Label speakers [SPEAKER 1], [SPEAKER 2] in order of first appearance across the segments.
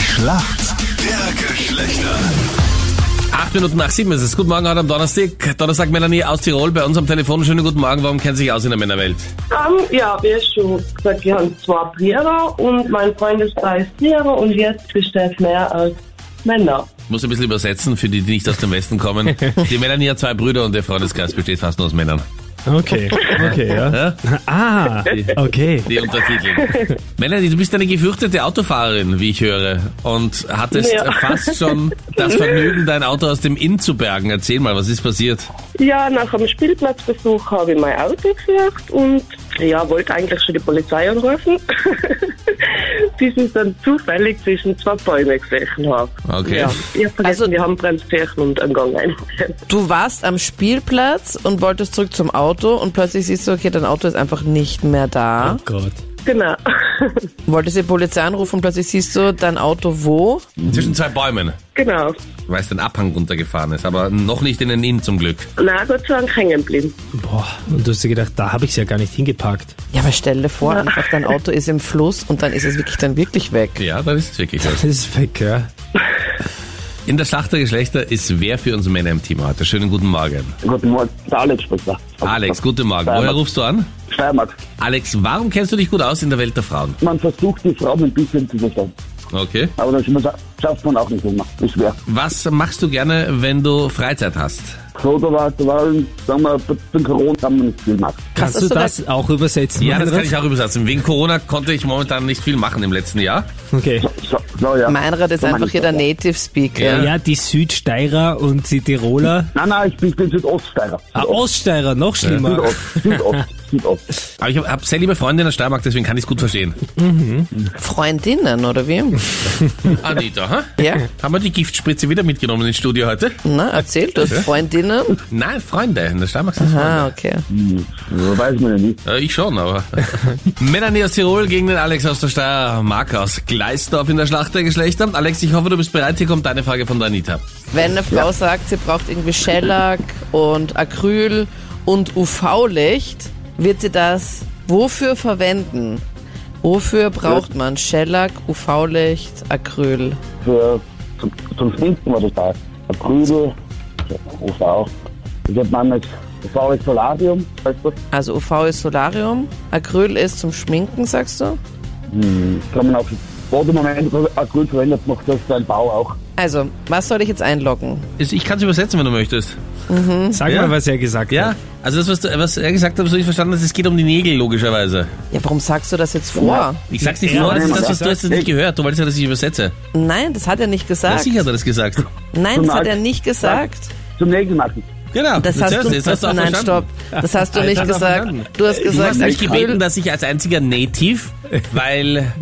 [SPEAKER 1] Schlacht der Geschlechter.
[SPEAKER 2] Acht Minuten nach sieben ist es. Guten Morgen heute am Donnerstag. Donnerstag Melanie aus Tirol bei uns am Telefon. Schönen guten Morgen. Warum kennt sich aus in der Männerwelt?
[SPEAKER 3] Ähm, ja, wie schon gesagt, wir haben zwei Brüder und mein Freundeskreis Brüder und jetzt besteht mehr als Männer.
[SPEAKER 2] Muss ein bisschen übersetzen für die, die nicht aus dem Westen kommen. Die Melanie hat zwei Brüder und der Freundeskreis besteht fast nur aus Männern.
[SPEAKER 4] Okay, okay, ja.
[SPEAKER 2] Ja?
[SPEAKER 4] Ah, okay.
[SPEAKER 2] Die Untertitel. Melanie, du bist eine gefürchtete Autofahrerin, wie ich höre. Und hattest
[SPEAKER 3] Ja.
[SPEAKER 2] fast schon das Vergnügen, dein Auto aus dem Inn zu bergen. Erzähl mal, was ist passiert?
[SPEAKER 3] Ja, nach einem Spielplatzbesuch habe ich mein Auto gesucht und ja, wollte eigentlich schon die Polizei anrufen, bis ich dann zufällig zwischen zwei Bäumen gesehen habe.
[SPEAKER 2] Okay.
[SPEAKER 3] Ja, ich habe vergessen,
[SPEAKER 5] Also-
[SPEAKER 3] wir haben Bremskirchen und einen Gang eingestellt.
[SPEAKER 5] Du warst am Spielplatz und wolltest zurück zum Auto und plötzlich siehst du, okay, dein Auto ist einfach nicht mehr
[SPEAKER 2] Ah?
[SPEAKER 5] da.
[SPEAKER 4] Oh Gott.
[SPEAKER 3] Genau.
[SPEAKER 5] Wolltest die Polizei anrufen und plötzlich siehst du dein Auto wo?
[SPEAKER 2] Zwischen zwei Bäumen,
[SPEAKER 3] genau.
[SPEAKER 2] weil es den Abhang runtergefahren ist. Aber noch nicht in den Inn zum Glück.
[SPEAKER 3] Na, Gott sei Dank hängen geblieben.
[SPEAKER 4] Boah, und du hast dir gedacht, da habe ich es ja gar nicht hingeparkt.
[SPEAKER 5] Ja, aber stell dir vor, einfach dein Auto ist im Fluss und dann ist es wirklich dann wirklich weg.
[SPEAKER 2] Ja, dann ist es wirklich was.
[SPEAKER 4] Das ist weg, ja.
[SPEAKER 2] In der Schlacht der Geschlechter ist wer für uns Männer im Team heute. Schönen guten Morgen.
[SPEAKER 6] Guten Morgen, der Alex spricht da.
[SPEAKER 2] Alex, guten Morgen. Woher rufst du an?
[SPEAKER 6] Steiermark.
[SPEAKER 2] Alex, warum kennst du dich gut aus in der Welt der Frauen?
[SPEAKER 6] Man versucht die Frauen ein bisschen zu verstehen,
[SPEAKER 2] Okay.
[SPEAKER 6] aber das muss- schafft man auch nicht immer. Ist schwer.
[SPEAKER 2] Was machst du gerne, wenn du Freizeit hast?
[SPEAKER 6] So, da war, da war, sagen wir, den Corona haben wir nicht viel gemacht.
[SPEAKER 4] Kannst
[SPEAKER 5] ist
[SPEAKER 4] du
[SPEAKER 5] so der-
[SPEAKER 4] das auch übersetzen?
[SPEAKER 2] also Ja, das kann
[SPEAKER 4] Manfred?
[SPEAKER 2] ich auch übersetzen. Wegen Corona konnte ich momentan nicht viel machen im letzten Jahr.
[SPEAKER 4] Okay.
[SPEAKER 6] So, so ja.
[SPEAKER 5] Meinrad ist
[SPEAKER 6] So
[SPEAKER 5] einfach
[SPEAKER 6] meine
[SPEAKER 5] hier der
[SPEAKER 6] ich.
[SPEAKER 5] Native Speaker.
[SPEAKER 4] Ja, die Südsteirer und die Tiroler.
[SPEAKER 6] Nein, nein, ich bin, ich bin Südoststeirer.
[SPEAKER 4] Ah,
[SPEAKER 2] Also-
[SPEAKER 4] Oststeirer, noch schlimmer.
[SPEAKER 6] Südost, Südost, Südost.
[SPEAKER 2] Aber ich habe hab sehr liebe Freunde in der Steiermark, deswegen kann ich es gut verstehen.
[SPEAKER 5] Freundinnen, oder wie?
[SPEAKER 2] Anita, ha?
[SPEAKER 5] Ja.
[SPEAKER 2] haben wir die Giftspritze wieder mitgenommen ins Studio heute?
[SPEAKER 5] Na, erzähl, du hast Freundinnen?
[SPEAKER 2] Nein, Freunde. In der Steiermark sind es Freunde.
[SPEAKER 5] Ah, okay.
[SPEAKER 6] So weiß man ja nicht.
[SPEAKER 2] Ja, ich schon, aber. Melanie aus Tirol gegen den Alex aus der Steiermark aus Gleisdorf in der Schlacht der Geschlechter. Alex, ich hoffe, du bist bereit. Hier kommt deine Frage von der Anita.
[SPEAKER 5] Wenn eine Frau sagt, sie braucht irgendwie Shellac und Acryl und UV-Licht, wird sie das wofür verwenden? Wofür braucht man Shellac, UV-Licht, Acryl?
[SPEAKER 6] Für, zum, zum Stinken war das da. Ein Krügel, OV. Ich hab manchmal das saure Solarium, weißt du,
[SPEAKER 5] Also UV ist Solarium, Acryl ist zum Schminken, sagst du?
[SPEAKER 6] kann man auch, wo du Moment Acryl verwendet, macht das dein Bau auch.
[SPEAKER 5] Also, was soll ich jetzt einloggen?
[SPEAKER 2] Ich kann es übersetzen, wenn du möchtest.
[SPEAKER 4] Sag
[SPEAKER 2] Ja.
[SPEAKER 4] mal, was er gesagt
[SPEAKER 2] Ja?
[SPEAKER 4] hat.
[SPEAKER 2] Also das, was, du, was er gesagt hat, so ich verstanden habe, es geht um die Nägel, logischerweise.
[SPEAKER 5] Ja, warum sagst du das jetzt vor?
[SPEAKER 2] Ich sag's nicht
[SPEAKER 4] Ja,
[SPEAKER 2] vor, das ist
[SPEAKER 6] nein,
[SPEAKER 2] das, was du
[SPEAKER 4] nein.
[SPEAKER 2] hast das nicht gehört. Du wolltest ja, dass ich übersetze.
[SPEAKER 5] Nein, das hat er nicht
[SPEAKER 2] Ja,
[SPEAKER 5] gesagt.
[SPEAKER 2] sicher hat er das gesagt.
[SPEAKER 5] Nein, das hat er nicht gesagt.
[SPEAKER 6] Zum Nägel machen.
[SPEAKER 2] Genau.
[SPEAKER 5] Das
[SPEAKER 2] jetzt
[SPEAKER 5] hast
[SPEAKER 2] hörst
[SPEAKER 5] du,
[SPEAKER 2] jetzt hast du auch
[SPEAKER 5] nein, stopp.
[SPEAKER 2] verstanden.
[SPEAKER 5] Das hast du
[SPEAKER 4] Ah, ich
[SPEAKER 5] nicht
[SPEAKER 4] hab's auch
[SPEAKER 5] gesagt.
[SPEAKER 4] verstanden.
[SPEAKER 5] Du hast
[SPEAKER 2] Du
[SPEAKER 5] gesagt,
[SPEAKER 2] hast mich gebeten,
[SPEAKER 5] Acryl.
[SPEAKER 2] dass ich als einziger Native, weil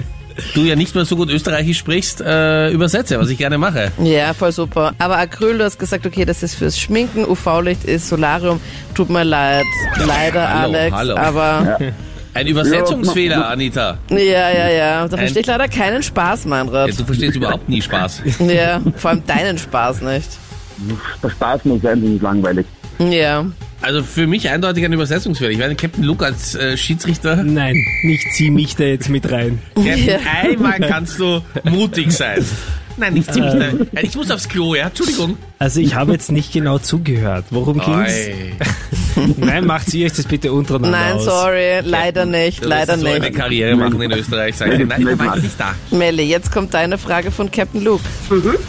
[SPEAKER 2] du ja nicht mehr so gut Österreichisch sprichst, äh, übersetze, was ich gerne mache.
[SPEAKER 5] Ja, voll super. Aber Acryl, du hast gesagt, okay, das ist fürs Schminken, UV-Licht ist Solarium. Tut mir leid. Leider,
[SPEAKER 2] hallo,
[SPEAKER 5] Alex.
[SPEAKER 2] hallo.
[SPEAKER 5] Aber
[SPEAKER 2] Ein Übersetzungsfehler, Anita.
[SPEAKER 5] ja, ja, ja. Da verstehe ich leider keinen Spaß,
[SPEAKER 2] Ja,
[SPEAKER 5] Meinrad.
[SPEAKER 2] Also, du verstehst überhaupt nie Spaß.
[SPEAKER 5] Ja, vor allem deinen Spaß nicht.
[SPEAKER 6] Der Spaß muss sein, das ist langweilig.
[SPEAKER 5] Ja.
[SPEAKER 2] Also für mich eindeutig ein Übersetzungsfehler. Ich werde Captain Luke als äh, Schiedsrichter.
[SPEAKER 4] Nein, nicht zieh mich da jetzt mit rein.
[SPEAKER 2] Captain,
[SPEAKER 5] Ja.
[SPEAKER 2] einmal kannst du mutig sein. Nein, nicht ziemlich. Nein. Ich muss aufs Klo, ja? Entschuldigung.
[SPEAKER 4] Also ich habe jetzt nicht genau zugehört. Worum ging's?
[SPEAKER 2] Ei.
[SPEAKER 4] Nein, macht sie euch das bitte untereinander
[SPEAKER 5] Nein,
[SPEAKER 4] aus.
[SPEAKER 5] sorry. Leider nicht.
[SPEAKER 2] Du
[SPEAKER 5] Leider
[SPEAKER 2] wirst so eine
[SPEAKER 5] nicht.
[SPEAKER 2] Karriere machen in Österreich. Sag ich. Nein, da war ich nicht da.
[SPEAKER 5] Melli, jetzt kommt deine Frage von Captain Luke.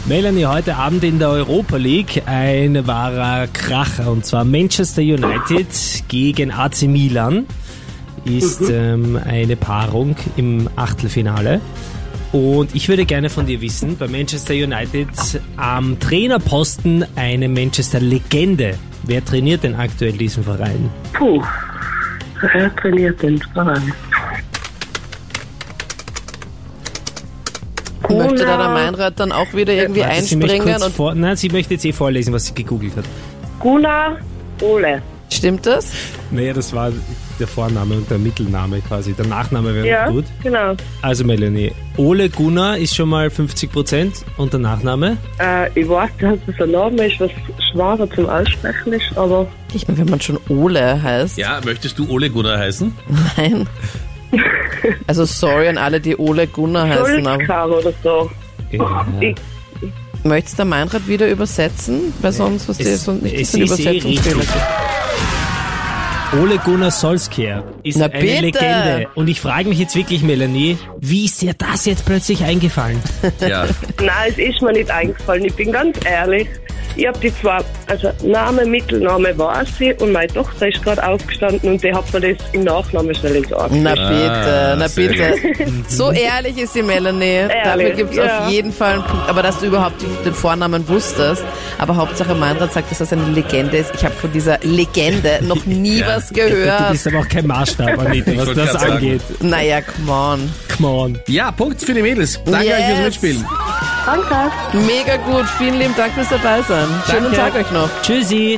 [SPEAKER 4] Melanie, heute Abend in der Europa League ein wahrer Kracher. Und zwar Manchester United gegen AC Milan ist ähm, eine Paarung im Achtelfinale. Und ich würde gerne von dir wissen, bei Manchester United am Trainerposten eine Manchester-Legende. Wer trainiert denn aktuell diesen Verein?
[SPEAKER 3] Puh, wer trainiert den Verein?
[SPEAKER 5] Möchte da der
[SPEAKER 3] Gunnar-
[SPEAKER 5] Meinrad dann auch wieder irgendwie
[SPEAKER 4] Warte, sie möchte
[SPEAKER 5] einspringen?
[SPEAKER 4] kurz
[SPEAKER 5] Und
[SPEAKER 4] vor Nein, sie möchte jetzt eh vorlesen, was sie gegoogelt hat.
[SPEAKER 3] Gunnar Ole.
[SPEAKER 5] stimmt das?
[SPEAKER 4] Naja, das war der Vorname und der Mittelname quasi. Der Nachname wäre
[SPEAKER 3] Ja,
[SPEAKER 4] gut.
[SPEAKER 3] genau.
[SPEAKER 4] Also Melanie, Ole Gunnar ist schon mal 50% und der Nachname?
[SPEAKER 3] Äh, ich weiß, dass es ein Name ist, was schwerer zum Aussprechen ist, aber
[SPEAKER 5] Ich meine, wenn man schon Ole heißt.
[SPEAKER 2] Ja, möchtest du Ole Gunnar heißen?
[SPEAKER 5] Nein. Also sorry an alle, die Ole Gunnar heißen. Aber
[SPEAKER 3] Dulkar oder so.
[SPEAKER 5] Oh,
[SPEAKER 4] Ja.
[SPEAKER 3] Ich,
[SPEAKER 5] Möchtest du Meinrad wieder übersetzen? Weil sonst, was
[SPEAKER 4] Es-
[SPEAKER 5] ist und nicht
[SPEAKER 4] es
[SPEAKER 5] das
[SPEAKER 4] ist eh
[SPEAKER 5] Übersetzungsfehler.
[SPEAKER 4] richtig. Ole Gunnar Solskjaer ist
[SPEAKER 5] Na
[SPEAKER 4] eine
[SPEAKER 5] bitte!
[SPEAKER 4] Legende. Und ich frage mich jetzt wirklich, Melanie, wie ist dir das jetzt plötzlich eingefallen?
[SPEAKER 2] Ja.
[SPEAKER 3] nein, es ist mir nicht eingefallen, ich bin ganz ehrlich. Ich habe die zwei, also Name, Mittelname war sie und meine Tochter ist gerade aufgestanden und die hat mir das im Nachnamen schnell gesagt.
[SPEAKER 5] Na
[SPEAKER 2] Ah,
[SPEAKER 5] bitte, na
[SPEAKER 2] sehr
[SPEAKER 5] bitte. So ehrlich ist die Melanie. Dafür
[SPEAKER 3] Ehrlich,
[SPEAKER 5] gibt's
[SPEAKER 3] ja.
[SPEAKER 5] auf jeden Fall einen Punkt. Aber dass du überhaupt die- den Vornamen wusstest. Aber Hauptsache Meinrad sagt, dass das eine Legende ist. Ich habe von dieser Legende noch nie
[SPEAKER 2] Ja.
[SPEAKER 5] was
[SPEAKER 4] Du
[SPEAKER 5] gehört.
[SPEAKER 4] bist aber auch kein Maßstab, Anita,
[SPEAKER 2] Ich
[SPEAKER 4] was
[SPEAKER 2] wollte
[SPEAKER 4] das
[SPEAKER 2] grad sagen.
[SPEAKER 4] angeht.
[SPEAKER 5] Naja, come on.
[SPEAKER 4] Come on.
[SPEAKER 2] ja, Punkt für die Mädels. Danke
[SPEAKER 5] Yes.
[SPEAKER 2] euch fürs Mitspielen.
[SPEAKER 3] Danke.
[SPEAKER 5] Mega gut. Vielen lieben Dank fürs dabei sein. Schönen
[SPEAKER 4] Danke.
[SPEAKER 5] Tag euch noch.
[SPEAKER 4] Tschüssi.